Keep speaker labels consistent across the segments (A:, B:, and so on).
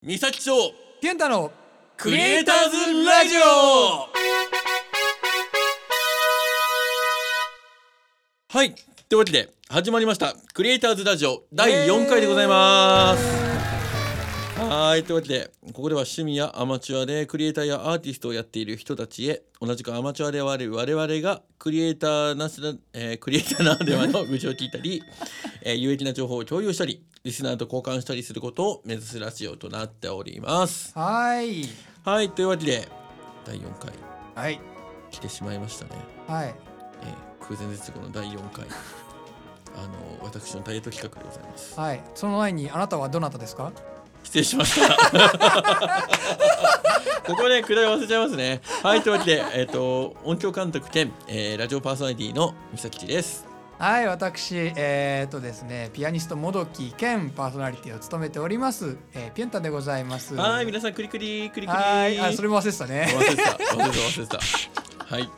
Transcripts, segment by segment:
A: 三崎町
B: 健太の
A: クリエイターズラジオはいというわけで始まりましたクリエイターズラジオ第4回でございますはいというわけでここでは趣味やアマチュアでクリエイターやアーティストをやっている人たちへ同じくアマチュアである我々がクリエイターなしな、えークリエイターならではの無償を聞いたり、えー有益な情報を共有したりリスナーと交換したりすることを目指すラジオとなっております
B: はーい
A: はいというわけで第4回
B: はい
A: 来てしまいましたね、
B: はい
A: えー、空前絶後の第4回 あの私のダイエット企画でございます
B: はいその前にあなたはどなたですか
A: 失礼しました ここねくだり忘れちゃいますねはいというわけで、えー、と音響監督兼、えーラジオパーソナリティの三崎です
B: はい私えー、っとですねピアニストもどき兼パーソナリティを務めております、えー、ピエンタでございます
A: はい
B: な
A: 皆さんクリクリクリクリ
B: はいあそれも忘れてたね
A: 忘れてた忘れてた忘れてたはい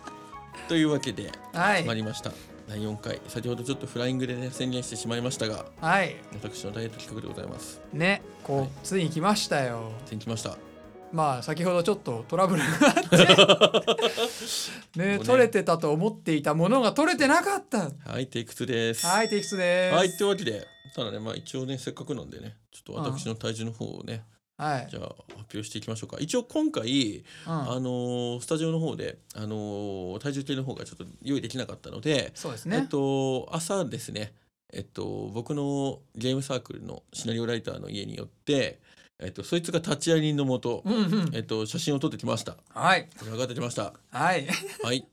A: というわけで
B: は
A: 始ま
B: い
A: りました、第4回先ほどちょっとフライングで、ね、宣言してしまいましたが
B: はい
A: 私のダイエット企画でございます
B: ねこう、
A: はい
B: ついに来ましたよ
A: 先来ました
B: まあ先ほどちょっとトラブルが あって
A: も
B: ね
A: うね
B: 取れてたと思っていたものが取れてなかった
A: はい、テイク2です。
B: はい提出です
A: はい、というわけで、ただね、まあ一応ね、せっかくなんでね、ちょっと私の体重の方をね、
B: はい
A: じゃあ発表していきましょうか。一応今回、
B: うん
A: あのースタジオの方で、あのー体重計の方がちょっと用意できなかったので、
B: そうです
A: え
B: ね
A: っと、朝ですね、えっと、僕のゲームサークルのシナリオライターの家によって、えっと、そいつが立ち会い人のもと、
B: うんうん
A: えっと、写真を撮ってきました。
B: はい
A: 上がってきました。
B: はい
A: はい。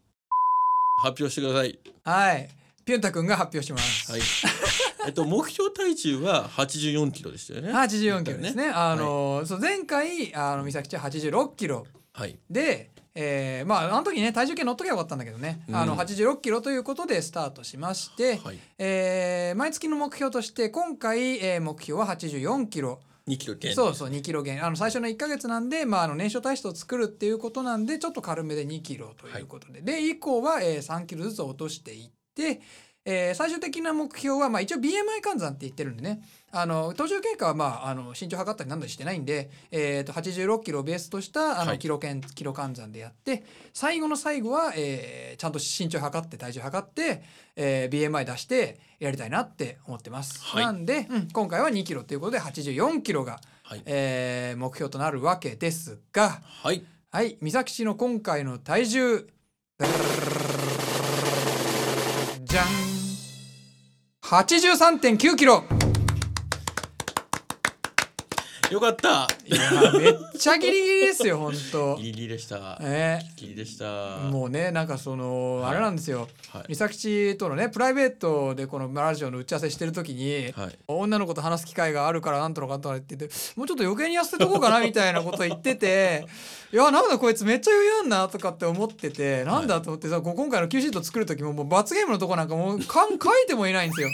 A: 発表してください。
B: はい。ピュンタ君が発表します。
A: はい。 えっと目標体重は84キロでしたよね。
B: 84キロですね。あの、そう前回あの美咲ちゃん86キロ
A: はい。
B: で、えーまああの時ね体重計乗っとけばよかったんだけどね。
A: うん
B: あの86キロということでスタートしまして、
A: はい。
B: えー毎月の目標として今回、えー目標は84キロ。
A: 2キロ減。
B: そうそう2キロ減。あの最初の1ヶ月なんで、まああの燃焼体質を作るっていうことなんでちょっと軽めで2キロということで、で以降は、えー3キロずつ落としていって。えー最終的な目標は、まあ、一応 BMI 換算って言ってるんでねあの途中経過は、まあ、あの身長測ったり何だりしてないんで、えー、と86キロをベースとしたあの、
A: はい
B: キロけんキロ換算でやって最後の最後は、えーちゃんと身長測って体重測って、えー BMI 出してやりたいなって思ってます、
A: はい
B: なんで、うん今回は2キロということで84キロが、
A: はい。
B: えー目標となるわけですが
A: はい。
B: はい美咲氏の今回の体重じゃん83.9キロ
A: よかった。
B: いやめっちゃギリギリですよ本当
A: ギリギリでした。
B: え
A: ギリでした。
B: ーもうねなんかその
A: はい
B: あれなんですよ
A: はい
B: 美。咲氏とのねプライベートでこのラジオの打ち合わせしてる時に
A: はい。
B: 女の子と話す機会があるからなんとかなんとかって言ってもうちょっと余計に痩せとこうかなみたいなこと言ってて いやなんだこいつめっちゃ余裕あんなとかって思っててなんだと思ってさこう今回の Q シート作る時ももう罰ゲームのとこなんかもうかん書いてもいないんですよ。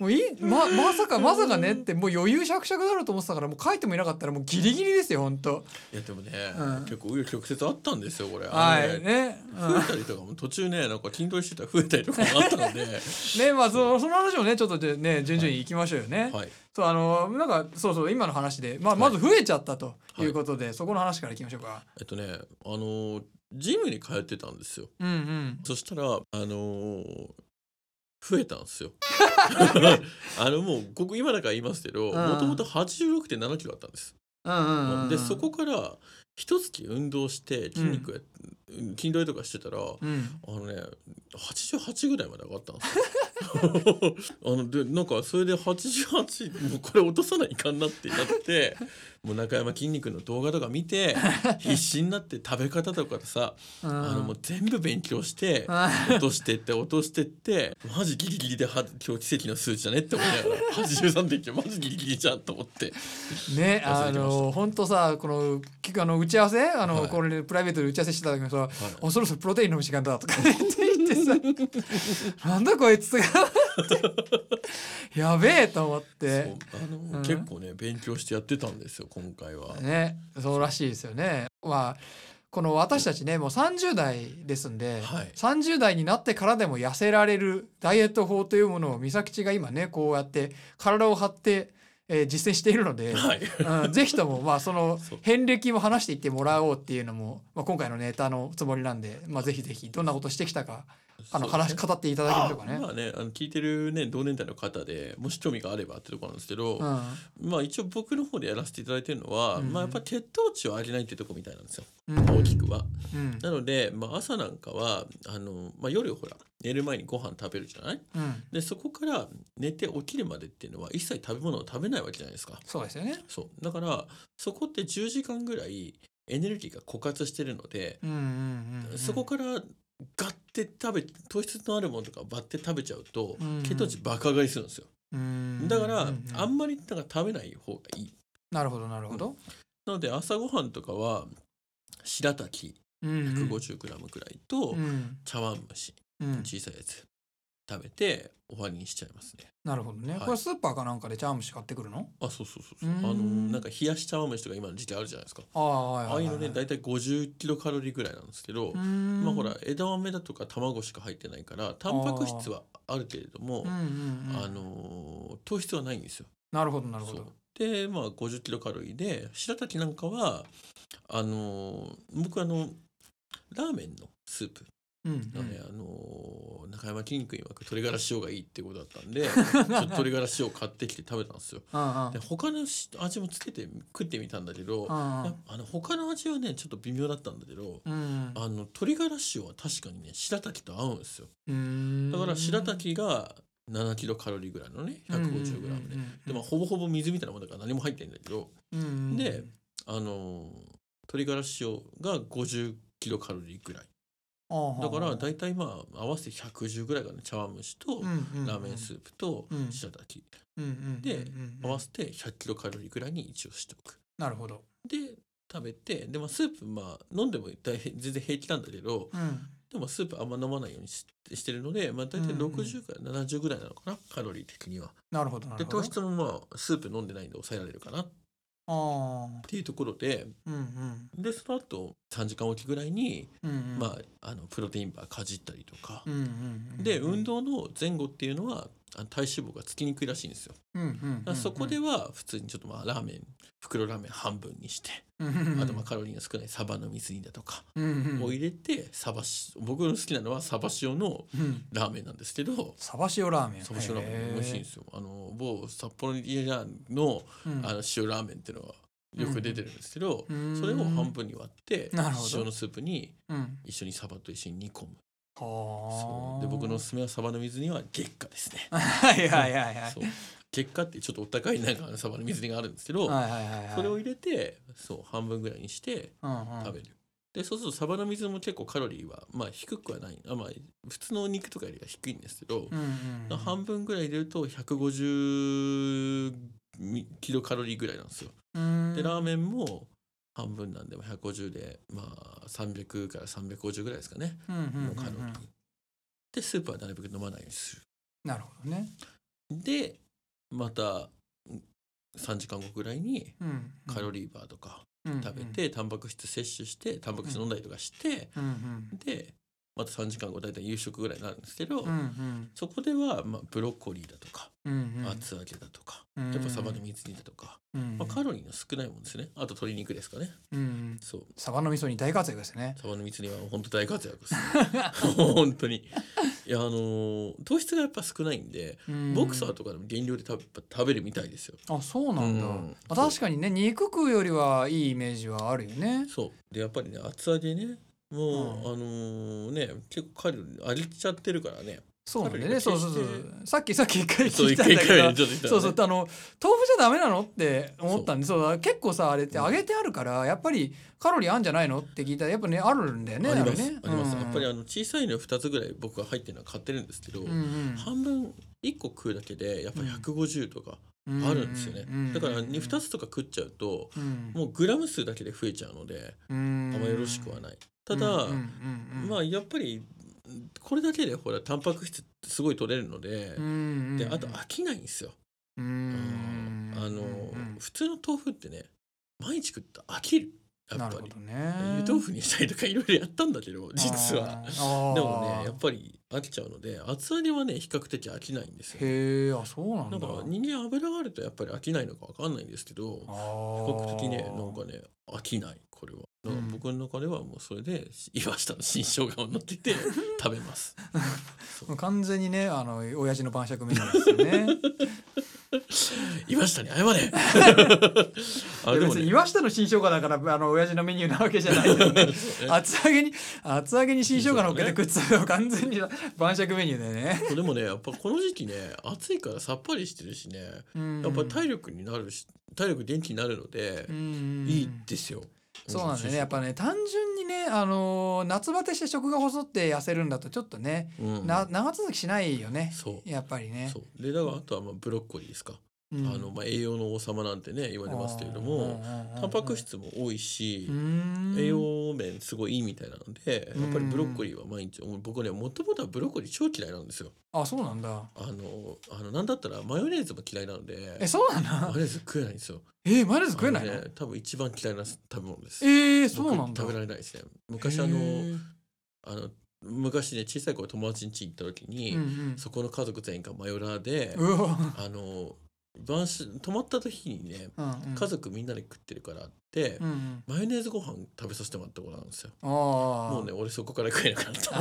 B: もういいままさかまさかねってもう余裕しゃくしゃくだろうと思ってたからもう書いてもいなかったらもうギリギリですよ本当
A: いやでもね、
B: うん
A: 結構紆余曲折あったんですよこれ。
B: は
A: あの
B: いね、うん
A: 増えたりとかも途中ねなんか筋トレしてたら増えたりとかもあったので。
B: ねまあそその話もねちょっとじゃね順々に行きましょうよね。
A: はい。
B: そうあのなんかそうそう今の話で、まあ、
A: はい
B: まず増えちゃったということで、そこの話からいきましょうか。
A: えっとねあのージムに通ってたんですよ。
B: うんうん。
A: そしたらあのー増えたんです よ。あのもうここ今だから言いますけど
B: ん
A: もともと86.7キロあったんです。
B: うんうんうん、
A: でそこから一月運動して筋肉や、筋トレとかしてたらあ
B: うん。
A: のね88ぐらいまで上がったんですよ。 あのでなんかそれで88もうこれ落とさないかんなってな ってもう中山筋肉の動画とか見て必死になって食べ方とかさ
B: うん、
A: あのもう全部勉強して
B: あ
A: 落としてって落としてってマジギリギリでは今日奇跡の数値だねって思いながら 83.9マジギリギリじゃんと思って。忘れ
B: ねあ
A: てました
B: の本当さこのきあの打ち合わせあの、
A: はい
B: これでプライベートで打ち合わせしてた時もさ、おそろそろプロテイン飲む時間だとかね って言って さなんだこいつがってやべえと思っ
A: そう
B: て
A: あの、
B: うん
A: 結構ね勉強してやってたんですよ今回は、
B: ねそうらしいですよね。まあこの私たちねもう30代ですんで、
A: はい
B: 30代になってからでも痩せられるダイエット法というものを美咲ちが今ねこうやって体を張って、えー実践しているの で、
A: はい
B: うんぜひともまあその
A: そう
B: 遍歴も話していってもらおうっていうのも、まあ、今回のネタのつもりなんで、まあ、ぜひぜひどんなことしてきたかあの
A: そうです
B: 話
A: ね
B: 語っていただけるとかね。
A: まあね、あの聞いてるね同年代の方でもし興味があればってところなんですけど、
B: う
A: まあ一応僕の方でやらせていただいてるのは、
B: うん
A: まあやっぱ血糖値を上げないっていうところみたいなんですよ、
B: んうん
A: 大きくは。
B: うん
A: なので、まあ、朝なんかはあの、まあ、夜ほら寝る前にご飯食べるじゃない
B: うん
A: でそこから寝て起きるまでっていうのは一切食べ物を食べないわけじゃないですか。
B: そうですよね。
A: そうだからそこって10時間ぐらいエネルギーが枯渇してるので、
B: うんうんうんうん、
A: そこからガッて食べ糖質のあるものとかバッて食べちゃうと、
B: うんうん
A: 血糖値爆上がりするんですよ
B: うん
A: だから、
B: うんうん
A: あんまりなんか食べない方がいい
B: なるほどなるほど。
A: なので朝ごはんとかは白滝
B: うんうん
A: 150g くらいと、
B: うん
A: 茶碗蒸し
B: うん、
A: 小さいやつ食べて終わりにしちゃいますね
B: なるほどね、
A: はい
B: これスーパーかなんかでチャームシ買ってくるの
A: あそうそうそうそう
B: うーん
A: あのなんか冷やし茶碗蒸しとか今の時期あるじゃないですか
B: ああはい
A: あ
B: は
A: あい
B: いうは
A: の
B: い、
A: ね大体50キロカロリーぐらいなんですけど、ま
B: ま
A: あほら枝豆だとか卵しか入ってないからタンパク質はあるけれども
B: うんうんうん、
A: あのー糖質はないんですよ。
B: なるほどなるほ
A: そう
B: ど。
A: でまあ50キロカロリーで白滝なんかはあのー僕あのラーメンのスープ
B: うん
A: がね、あのー中山筋肉には鶏ガラ塩がいいってことだった んでちょっと鶏ガラ塩買ってきて食べたんですよ。
B: うんうん
A: で他のし味もつけて食ってみたんだけど
B: う
A: や
B: ん
A: っぱあの他の味はねちょっと微妙だったんだけど
B: うん
A: あの鶏ガラ塩は確かにね白滝と合うんですよ。
B: うん
A: だから白滝が7キロカロリーぐらいのね 150g で。でも
B: も
A: ほぼほぼ水みたいなもんだから何も入ってないんだけど、であのー鶏ガラ塩が50キロカロリーぐらいだから
B: い
A: 大体まあ合わせて110ぐらいかな茶碗蒸しとラーメンスープと
B: うん
A: 白滝
B: ー
A: で合わせて100キロカロリーぐらいに一応しておく。
B: なるほど。
A: で食べてで、まあ、スープまあ飲んでも大変全然平気なんだけど
B: うん
A: でもスープあんま飲まないようにししてるので、まあ、大体
B: うんうん
A: 60から70ぐらいなのかなカロリー的には。
B: なるほどな
A: で
B: るほど。
A: 糖質もまあスープ飲んでないんで抑えられるかなっ
B: ああ
A: ていうところで
B: うんうん
A: でその後3時間おきぐらいに、
B: うんうん
A: まあ、あのプロテインバーかじったりとか
B: う、んうんうん
A: で運動の前後っていうのはあの体脂肪がつきにくいらしいんですよ
B: うんうんうん
A: だからそこでは普通にちょっとまあラーメン袋ラーメン半分にしてあとまあカロリーの少ないサバの水煮だとか
B: うんうん
A: を入れてサバし僕の好きなのはサバ塩の
B: うん
A: ラーメンなんですけど
B: サバ塩ラーメン
A: サバ塩ラーメン美味しいんで
B: へ
A: すよあの某札幌にリアの
B: ーうん
A: あの塩ラーメンっていうのがよく出てるんですけど、
B: うん
A: それを半分に割って
B: なるほど
A: 塩のスープに
B: うん
A: 一緒にサバと一緒に煮込む
B: は
A: そ
B: あ
A: うで僕のおすすめはサバの水煮は月下ですね、
B: はいはいはいはい
A: そう月下ってちょっとお高いなんかサバの水煮があるんですけど、
B: はいはいはいはい
A: それを入れてそう半分ぐらいにして
B: うんうん
A: 食べる、でそうするとサバの水も結構カロリーはまあ低くはないあまあ普通のお肉とかよりは低いんですけど、
B: うんうんうん
A: 半分ぐらい入れると150キロカロリーぐらいなんですよでラーメンも半分なんでまあ150でまあ300から350ぐらいですかね
B: うんうんうんう
A: の
B: ん
A: カロリー、でスープはなるべく飲まないようにする
B: なるほどね、
A: でまたうん3時間後ぐらいに
B: うん、
A: カロリーバーとか
B: リ
A: 食べ、て、タンパク質摂取してタンパク質飲んだりとかして、
B: うんうん
A: でまた3時間後大体夕食ぐらいになるんですけど、
B: うんうん
A: そこでは、まあ、ブロッコリーだとか
B: うんうん、
A: 厚揚げだとか、やっぱサバの水煮だとか、
B: うん
A: まあ、カロリーの少ないもんですねあと鶏肉ですかね
B: うんうん、
A: そう
B: サバの味噌に大活躍ですね。
A: サバの蜜には本当大活躍です、 本当にいやあのー糖質がやっぱ少ないんで、
B: うん
A: ボクサーとかでも減量で食べ食べるみたいですよ
B: あそうなんだ、
A: うん
B: まあ、確かにね肉食うよりはいいイメージはあるよね。
A: そうでやっぱりね厚揚げねもう、
B: うん
A: あのーね結構カロリーありちゃってるからね
B: そうなんだよね
A: カ
B: そ
A: ロ
B: う
A: リー
B: そう
A: が決して
B: そうさっきさっき一回
A: そう
B: 聞い
A: 一
B: たん
A: 回
B: だ
A: 一
B: け
A: 回
B: ど
A: ねちょっと言ったらね
B: そうそうあの豆腐じゃダメなのって思ったんでそうだ結構さあれって揚げてあるからやっぱりカロリーあるんじゃないのって聞いたらやっぱねあるんだよね
A: あります、
B: れね
A: あります、
B: うん
A: やっぱりあの小さいの2つぐらい僕が入ってるのは買ってるんですけど、
B: うん
A: 半分1個食うだけでやっぱ150とか
B: うん
A: あるんですよね、
B: うう
A: だから 2, つとか食っちゃうと
B: うん
A: もうグラム数だけで増えちゃうので
B: あ
A: あんまよろしくはないただ、まあやっぱりこれだけでほらタンパク質すごい取れるので、であと飽きないんですよ、
B: うん
A: あの
B: うん
A: 普通の豆腐ってね毎日食ったら飽きるや
B: な
A: っ
B: る
A: ぱ
B: ほ
A: り
B: どね
A: 湯豆腐にしたりとかいろいろやったんだけど実は
B: あー
A: でもねやっぱり飽きちゃうので厚揚げはね比較的飽きないんですよ
B: へえあそうなん
A: だ
B: だ
A: から人間油があるとやっぱり飽きないのかわかんないんですけど比
B: あ
A: 較
B: ー
A: 的ねなんかね飽きないこれはだから
B: うん
A: 僕の中ではもうそれで岩下の新生姜を乗って て食べます
B: もう完全にねあの親父の晩酌メニューですよね
A: 岩下に謝れ あ
B: いや
A: でも
B: 別に
A: ね
B: 岩下の新生姜だからあの親父のメニューなわけじゃないけ どね厚揚げに厚揚げに新生姜のっけて食ってたら完全に晩酌メニューでね
A: そうでもねやっぱこの時期ね暑いからさっぱりしてるしね
B: うん
A: やっぱり体力になるし体力元気になるので
B: うん
A: いいですよ
B: そうなんだよねやっぱ
A: ね
B: ね単純にねあの夏バテして食が細って痩せるんだとちょっとね、な長続きしないよね
A: そう
B: やっぱりね
A: そうでだからあとはまあブロッコリーですか、
B: うん
A: あのまあ栄養の王様なんてね言われますけれどもタンパク質も多いし
B: う、ん
A: 栄養面すごいいいみたいなのでやっぱりブロッコリーは毎日僕ねもともとはブロッコリー超嫌いなんですよ
B: あそうなんだ
A: あのあのなんだったらマヨネーズも嫌いなの
B: え
A: で
B: そうなん
A: マ
B: だ
A: ヨネーズ食えないんですよ
B: えマヨネーズ食えないの
A: あのね多分一番嫌いな食べ物です
B: えー、
A: 僕
B: そうなんだ
A: 食べられないですね昔あ
B: へ
A: の
B: ー
A: あの昔ね小さい頃友達ん家行った時に、
B: うんうん
A: そこの家族全員がマヨラーで、
B: う わ
A: あの晩酌泊まった時にね
B: うんうん
A: 家族みんなで食ってるからって、
B: うんうん
A: マヨネーズご飯食べさせてもらったことあるんですよ
B: ああ
A: もうね俺そこから食えなくなっ
B: あ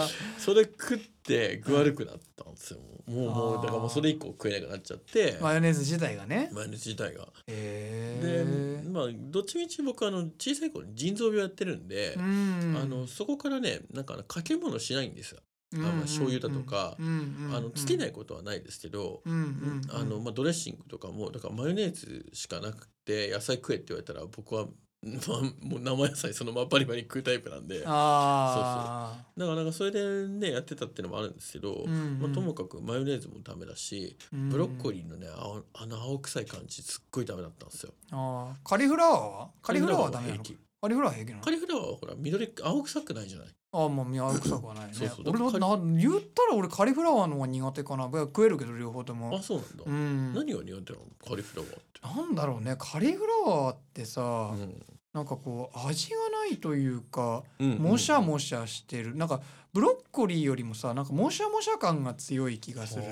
A: た
B: ー
A: それ食って具悪くなったんですよもうもう
B: あー
A: だからもうそれ以降食えなくなっちゃって
B: マヨネーズ自体 がね
A: マヨネーズ自体がで
B: え
A: まあどっちみち僕あの小さい頃に腎臓病やってるんで、
B: うん
A: あのそこからねなんかあのかけ物しないんですよ、
B: うん
A: あの醤油だとか
B: うんうんうん
A: あのつけないことはないですけど、
B: うんうんうん
A: あのまあ、ドレッシングとかもだからマヨネーズしかなくて野菜食えって言われたら僕は、まあ、もう生野菜そのままバリバリ食うタイプなんでだか
B: あ
A: らなんかそれでねやってたっていうのもあるんですけど、
B: うんうん
A: まあ、ともかくマヨネーズもダメだし
B: あブ
A: ブロッコ
B: リー
A: リーのね青あの青臭い感じすっごいダメだったんですよ。
B: あーカリフラワーはカリフラワーはダメなの
A: 平気
B: カリフラワーは平気なの
A: カリフラワーはほら緑青臭くないじゃない
B: ああもう見青臭くはないね
A: そうそう
B: 俺だな言ったら俺カリフラワーの方が苦手かないや食えるけど両方と
A: あ
B: も
A: そうなんだ、
B: うん
A: 何が苦手なのカリフラワーって。
B: なんだろうねカリフラワーってさ、
A: うん
B: なんかこう味がないというか
A: うん
B: もしゃもしゃしてるなんかブロッコリーよりもさなんかもしゃもしゃ感が強い気がする
A: あ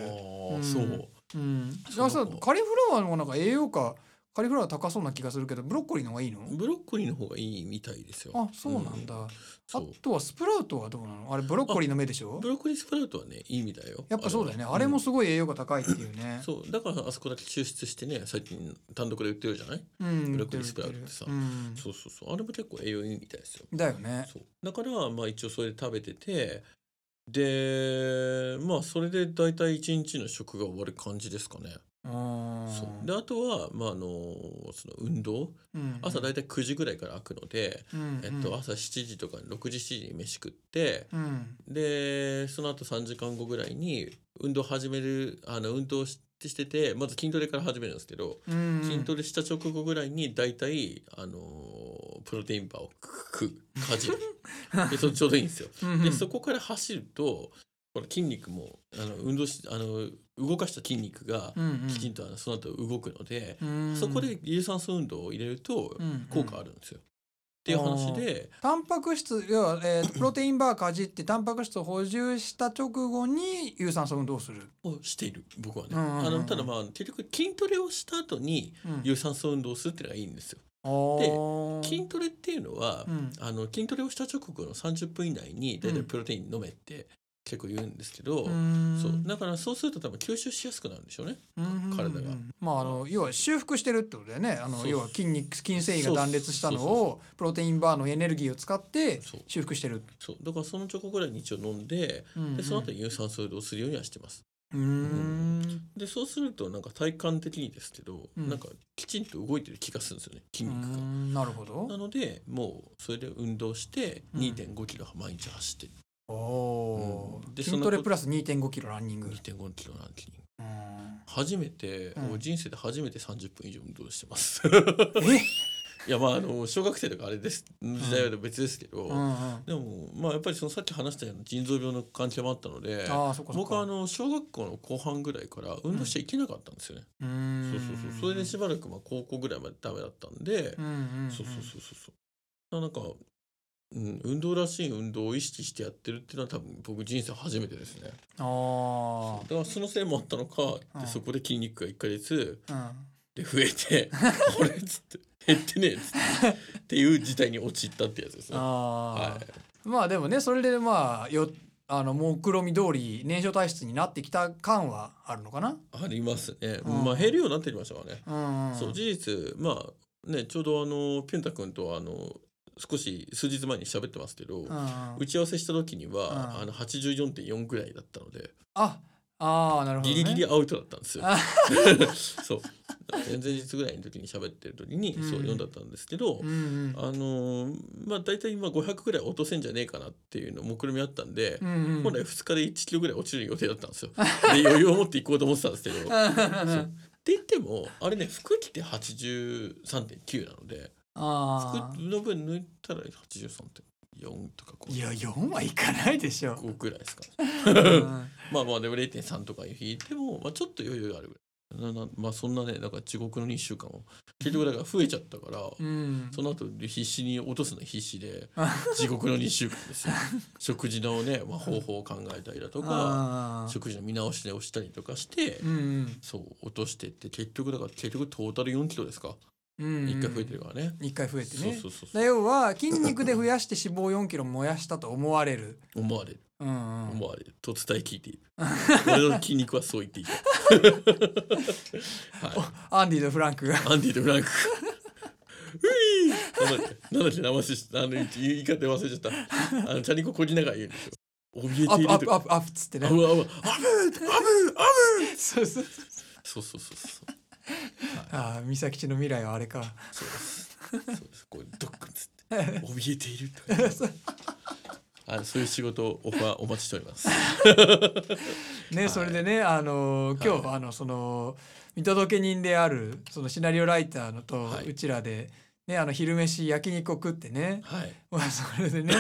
B: う
A: あ
B: ん
A: そう。
B: うんだか
A: そ
B: らさ
A: う
B: カリフラワーの方がなんか栄養価カリフラワー高そうな気がするけどブロッコリーの方がいいの
A: ブロッコリーの方がいいみたいですよ。
B: あそうなんだ、
A: うん
B: あ
A: そう
B: とはスプラウトはどうなのあれブロッコリーの芽でしょ
A: ブロッコリースプラウトはねいいみたいよ
B: やっぱそうだよね
A: は
B: あれ
A: う
B: も
A: ん
B: すごい栄養価高いっていうね
A: そうだからあそこだけ抽出してね最近単独で売ってるじゃない、
B: うん
A: ブロッコリースプラウトってさ
B: うん
A: そうそうそうあれも結構栄養いいみたいですよ、
B: だよね
A: そうだからまあ一応それで食べててでまあそれで大体一日の食が終わる感じですかね、
B: うん
A: そうであとは、まあ、あのその運動
B: うん
A: 朝大体9時ぐらいから開くので、
B: うん
A: えっと、朝7時とか6時7時に飯食って、
B: うん
A: でその後3時間後ぐらいに運動始めるあの運動してしててまず筋トレから始めるんですけど、
B: うん
A: 筋トレした直後ぐらいに大体、あのープロテインバーを食うかじ るでそれちょうどいいんですよ。
B: うん
A: でそこから走るとこの筋肉もあの運動しあの動かした筋肉が
B: うんうん
A: きちんとあのその後動くので、
B: うん
A: そこで有酸素運動を入れると
B: うん
A: 効果あるんですよ。っていう話で。
B: タンパク質要は、え ープロテインバーかじってタンパク質を補充した直後に有酸素運動をする、
A: をしている僕はね、
B: うんうんうん
A: あのただまあ結局筋トレをした後に
B: うん、
A: 有酸素運動をするっていうのがいいんですよ
B: おー
A: 筋トレっていうのは、
B: うん
A: あの筋トレをした直後の30分以内に大体プロテイン飲めって結構言うんですけど、
B: うん
A: そうだからそうすると多分吸収しやすくなるんでしょうね
B: うん
A: 体が
B: うんうんうんまああの要は修復してるってことだよねあ
A: そう
B: の
A: そう
B: 要は筋肉筋繊維が断裂したの
A: そうそう
B: をプロテインバーのエネルギーを使って
A: そう
B: 修復してる、
A: そうだからその直後ぐらいに一応飲んで
B: うんうん
A: でその後に有酸素運動をするようにはしてます
B: うーん
A: でそうするとなんか体感的にですけど、
B: うん
A: なんかきちんと動いてる気がするんですよね筋肉が。
B: うんなるほど
A: なのでもうそれで運動して
B: うん
A: 2 5キロ毎日走ってる
B: おー
A: うんで
B: 筋トレ
A: そんなこと
B: プラス2 5キロランニング、
A: 2 5キロなんて
B: うん
A: 初めて、
B: うん
A: もう人生で初めて30分以上運動してます
B: え
A: いやまああの小学生とかあれです時代は別ですけど、
B: うんうん、あ
A: でもまあやっぱりそのさっき話したような腎臓病の関係もあったので
B: あそっかそっ
A: 僕はあ
B: か
A: の小学校の後半ぐらいから運動しちゃいけなかったんですよね、
B: うーん
A: そうそうそうそれでしばらくまあ高校ぐらいまでダメだったんで、
B: うんうんうん
A: そうそうそうそうそうなんか、うん、運動らしい運動を意識してやってるっていうのは多分僕人生初めてですね
B: あ
A: だからそのせいもあったのか
B: う
A: で
B: ん
A: そこで筋肉が1ヶ月
B: あ
A: で増えて 「これ」っつって「減ってねえ」っつってっていう事態に陥ったってやつです
B: うん
A: ね。
B: あ
A: は
B: ーまあでもねそれでまあよあの目論見通り燃焼体質になってきた感はあるのかな
A: ありますね。
B: うん
A: まあ減るようになってきましたからね。
B: うんん
A: そう事実まあねちょうどあのピュンタ君とはあの少し数日前に喋ってますけど、
B: うんうん
A: 打ち合わせした時には、
B: うん
A: あの84.4ぐらいだったので
B: ああーなるほど、ね、
A: ギリギリアウトだったんですよ
B: あ。
A: そう前々日ぐらいの時に喋ってる時に、そう
B: うん
A: 読んだったんですけど、
B: うんうん
A: あのーまあ大体今500ぐらい落とせんじゃねえかなっていうのもくるみあったんで、
B: うんうん
A: 本来2日で1キロぐらい落ちる予定だったん ですよ。で余裕を持っていこうと思ってたんですけど。って
B: そう
A: 言ってもあれね服着て83.9なので
B: あ
A: 服の分抜いたら83.4とか
B: ーいや
A: 5
B: 4はいかないでしょ、
A: 5ぐらいですか、ね、
B: うん
A: まあまあでも0.3とか引いても、まあ、ちょっと余裕があるぐらいななまあそんなねだから地獄の2週間を結局だから増えちゃったから、
B: うん、
A: その後で必死に落とすの必死で地獄の2週間です よ食事のね、まあ、方法を考えたりだとか
B: あー
A: 食事の見直しをしたりとかして、
B: うん
A: そう落としてって結局だから結局トータル4キロですか、
B: うん、
A: 一1回増えてるからね。
B: 一回増えてね
A: そうそうそう
B: だ要は筋肉で増やして脂肪4キロ燃やしたと思われる、
A: 思われる
B: うんうん
A: 思われると伝え聞いてい る俺の筋肉はそう言っている、は
B: アンディとフラン クが
A: い、アンディとフ ランクういなんだっけなんだっけ名前しあの言い言い方忘れちゃったあのチャリンコこぎながら言うんでしょ怯え
B: ア
A: ている
B: ップア
A: と
B: ップ
A: か
B: アップアップっつってね
A: あぶあぶあぶあぶあぶ
B: そうそう
A: そうそう
B: そう
A: そうそう
B: ああ美咲ちの未来はあれか
A: そうですそうですこうドックンつって怯えているとか
B: そう
A: あそういう仕事をオファーお待ちしております
B: ね、それでね、あのー今日、あのその見届け人であるそのシナリオライターのと、
A: はいう
B: ちらで、ね、あの昼飯焼肉を食ってね、
A: はい
B: まあそれ でね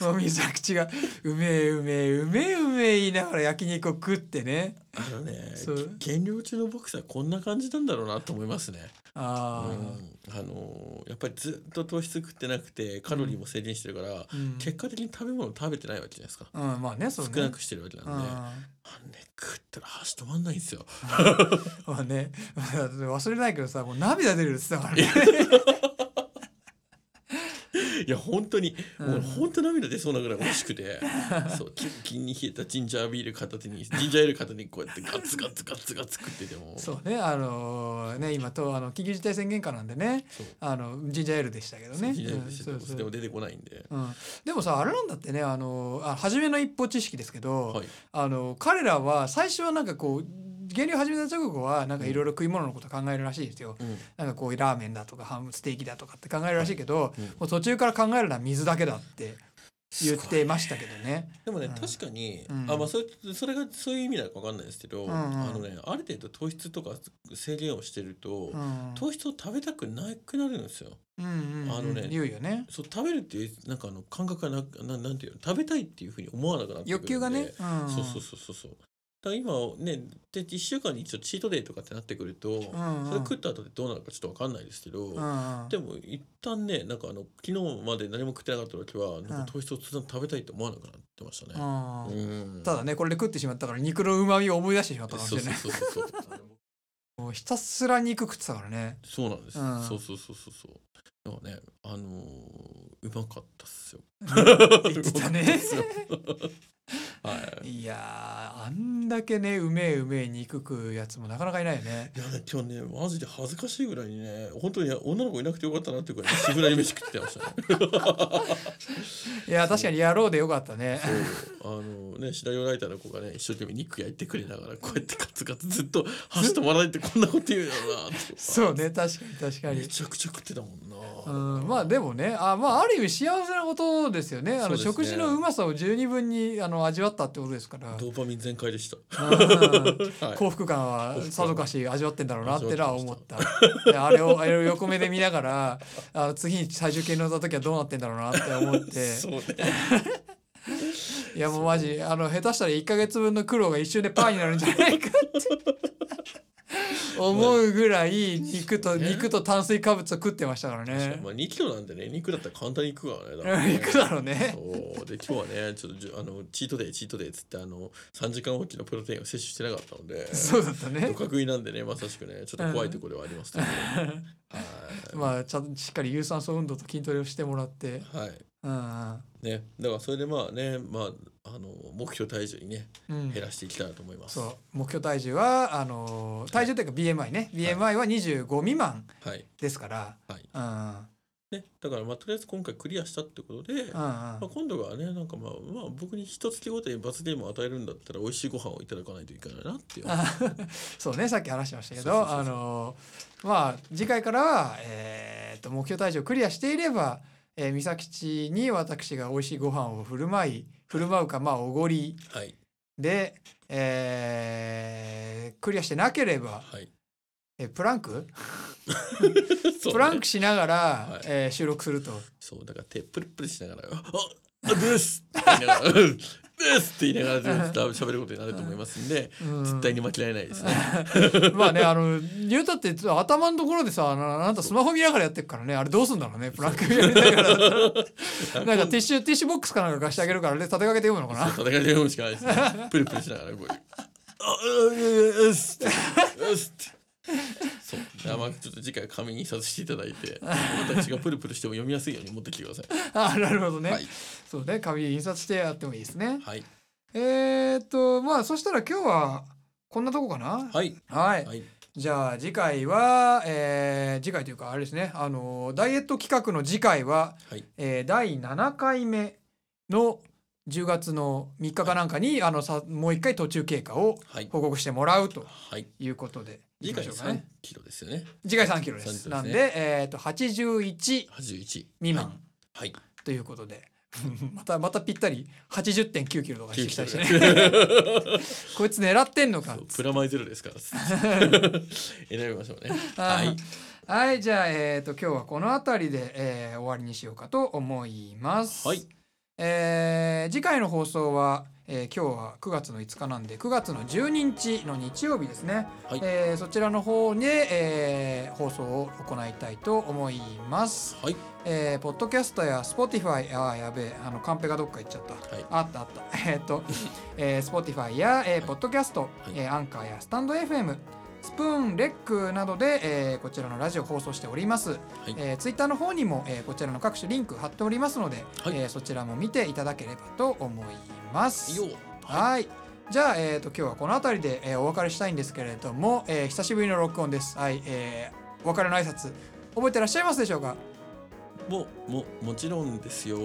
B: もう水口が「うめえうめえうめえうめえ」言いながら焼肉を食ってね
A: あのね
B: そう
A: 減量中のボクサーこんな感じなんだろうなと思いますね
B: あ
A: う
B: ー、
A: んあのーやっぱりずっと糖質食ってなくてカロリーも制限してるから、
B: うん
A: 結果的に食べ物食べてないわけじゃないですか、
B: うんまあねそうね
A: 少なくしてるわけなん
B: う
A: で、
B: ん
A: あんね食ったら箸止まんないんですよ
B: まあね 忘れないけどさもう涙出るって言ってたからね
A: いや本当に、
B: うん
A: もう本当涙出そうなぐらい美味しく てそうキンキンに冷えたジンジャービール片手にジンジャーエール片手にこうやってガツガツガツガツ食ってても
B: そうねあのーね今とあの緊急事態宣言下なんでね
A: そう
B: あのジンジャーエールでしたけどね
A: ジンジャーエールでして
B: う
A: も
B: んそうそう
A: でも出てこないんで、
B: うん、でもさあれなんだってねあのあ初めの一歩知識ですけど、
A: はい
B: あの彼らは最初はなんかこう減量始めた直後はなんかいろいろ食い物のこと考えるらしいですよ。
A: うん
B: なんかこうラーメンだとかハムステーキだとかって考えるらしいけど、
A: うん
B: もう途中から考えるのは水だけだって言ってましたけどね。
A: でもね、
B: うん
A: 確かに、
B: うん
A: あまあそれそれがそういう意味なのかわかんないですけど、
B: うんうん
A: あのねある程度糖質とか制限をしてると、
B: うん
A: 糖質を食べたくなくなるんですよ。
B: うんうん
A: あのね
B: 言うよね。
A: そう食べるっていうなんかあの感覚がなななんていうの食べたいっていうふうに思わなくなってくるん
B: 欲
A: で
B: 求がね。うん、
A: そうそうそうそうそう。だから今ねで1週間に一応チートデイとかってなってくると、
B: んうん
A: それ食った後でどうなるかちょっとわかんないですけど、
B: うんうん
A: でも一旦ねなんかあの昨日まで何も食ってなかった時はなんか糖質をつな食べたいと思わなくなってましたね。
B: うん
A: うん
B: ただねこれで食ってしまったから肉のうまみを思い出してしまったかもし
A: そう
B: れ
A: そ
B: な
A: う
B: い。
A: そうそうそう。
B: もうひたすら肉食ってたからね。
A: そうなんです。
B: うん
A: そうそうそうそうそう。でもね、あのーうまかったっすよ。
B: 言ってたね
A: うまかっすよ はい。
B: いやーあんだけねうめえうめえ肉食うやつもなかなかいないよね
A: いやね、今日ね、マジで恥ずかしいぐらいにね、本当に女の子いなくてよかったなっていうぐらい、しぐらい飯食ってましたね。
B: いや確かにやろうでよかったね
A: そうあのねシナリオライターの子がね一生懸命肉焼いてくれながらこうやってカツカツずっと箸止まらないってこんなこと言うよなって
B: そうね 確かに確か
A: め
B: に。
A: ちゃくちゃ食ってたもん
B: う
A: な、
B: ん、まあでもねあ,、まあ、ある意味幸せなことですよねあ
A: そう
B: の
A: ですね
B: 食事のうまさを十二分にあの味わったってことですから
A: ドーパミン全開でした、
B: うん
A: はい、
B: 幸福感は
A: 幸福感
B: さぞかし味わってんだろうなってのは
A: 味
B: 思
A: わっ
B: ったであれをあれを横目で見ながらあの次に体重計乗った時はどうなってんだろうなって思って
A: そうね
B: いやもうマジあの下手したら1ヶ月分の苦労が一瞬でパーになるんじゃない かって思うぐらい肉と肉と炭水化物を食ってましたからね
A: まあ2キロなんでね肉だったら簡単に食うからねだからね
B: 肉だろうね
A: そうで今日はねちょっとじゅあのチートデイチートデイっつってあの3時間おきのプロテインを摂取してなかったので
B: そうだったね
A: おか食いなんでねまさしくねちょっと怖いところではありますけど、はい
B: まあちゃんとしっかり有酸素運動と筋トレをしてもらって
A: はい
B: うん
A: ね、だからそれでまあね、まあ、あの目標体重にね
B: うんうん
A: 減らしていきたいなと思います。
B: そう目標体重はあのー体重というか BMI ね BMI は25未満
A: はい
B: ですから、
A: はい
B: うんうん
A: ね、だからまあとりあえず今回クリアしたってことで、ま
B: うん
A: あ、今度はねなんかまあ、まあ、僕に一月ごとに罰ゲームを与えるんだったら美味しいご飯をいただかないといけないなっていう。
B: あそうねさっき話してましたけ
A: そう
B: ど
A: そうそ
B: あ
A: うそう
B: のーまあ次回からは、えー、と目標体重をクリアしていれば、えー、三崎地に私が美味しいご飯を振る舞い振る舞うかまあおごり
A: はい
B: で、えークリアしてなければ、
A: はい。
B: えープランク、
A: そう
B: プラン
A: ね
B: クしながら、
A: はい
B: えー収録すると。
A: そうだから手プルプルしながら「ああです!」って言いながら「うんです!」って言いながらずっと喋ることになると思いますんで
B: うん
A: 絶対に間違いないですね。
B: まあねあの言うたって頭のところでさあのあなたスマホ見ながらやってるからねあれどうすんだろうねプランクやりながらなんかティッシュティッシュボックスかなんか貸してあげるからね立てかけて読むのかな
A: 戦いで読むしかないですね。プルプルしながらこういう。あううううっすうっすそう。じゃあまあちょっと次回紙に印刷していただいて、私がプルプルしても読みやすいように持ってきてください。
B: あなるほどね、
A: はい
B: そうね紙印刷してやってもいいですね
A: はい
B: えー、っとまあそしたら今日はこんなとこかな
A: はい
B: はい、
A: はい
B: じゃあ次回は、えー次回というかあれですねあのダイエット企画の次回は
A: はい
B: えー第7回目の10月の3日かなんかにあのさもう一回途中経過を
A: はい
B: 報告してもらうと
A: はい。
B: いうことで
A: 次回
B: いきましょうか
A: 3
B: ね
A: キロですよね。
B: 次回3キロです
A: 3キロですね
B: なんで、えー、と
A: 81
B: 81
A: 未
B: 未満、
A: はい。
B: ということで またまたぴったり80.9キロとかしてきたりしてねこいつ狙ってんのか
A: そうプラマイゼロですから。 選びましょうね。は
B: はいい。、 はい、じゃあ、えー、と今日はこの辺りで、えー終わりにしようかと思います。
A: はい
B: えー次回の放送は、えー今日は9月の5日なんで9月の12日の日曜日ですね、
A: はい
B: えーそちらの方で、えー放送を行いたいと思います。
A: はい
B: えーポッドキャストや Spotify あーやべえあのカンペがどっか行っちゃった、
A: はい
B: あったあった えーっと、えー、Spotify や、えーポッドキャスト、
A: い
B: えーアンカーやスタンド FM スプーンレックなどで、えーこちらのラジオ放送しております、えー、Twitter の方にも、えーこちらの各種リンク貼っておりますので、
A: はい
B: えーそちらも見ていただければと思います
A: よう。
B: はいじゃあ、えー、と今日はこの辺りで、えーお別れしたいんですけれども、えー久しぶりの録音ですはい、えーお別れの挨拶覚えてらっしゃいますでしょうか
A: もうももちろんですよ。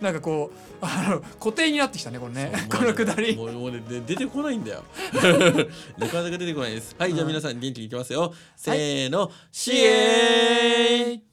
B: なんかこうあの固定になってきたねこれ ね
A: そう
B: このくだり
A: もうもうねで出てこないんだよ なかなか出てこないですはいじゃあ皆さん元気にいきますよ、せーの、シエーイ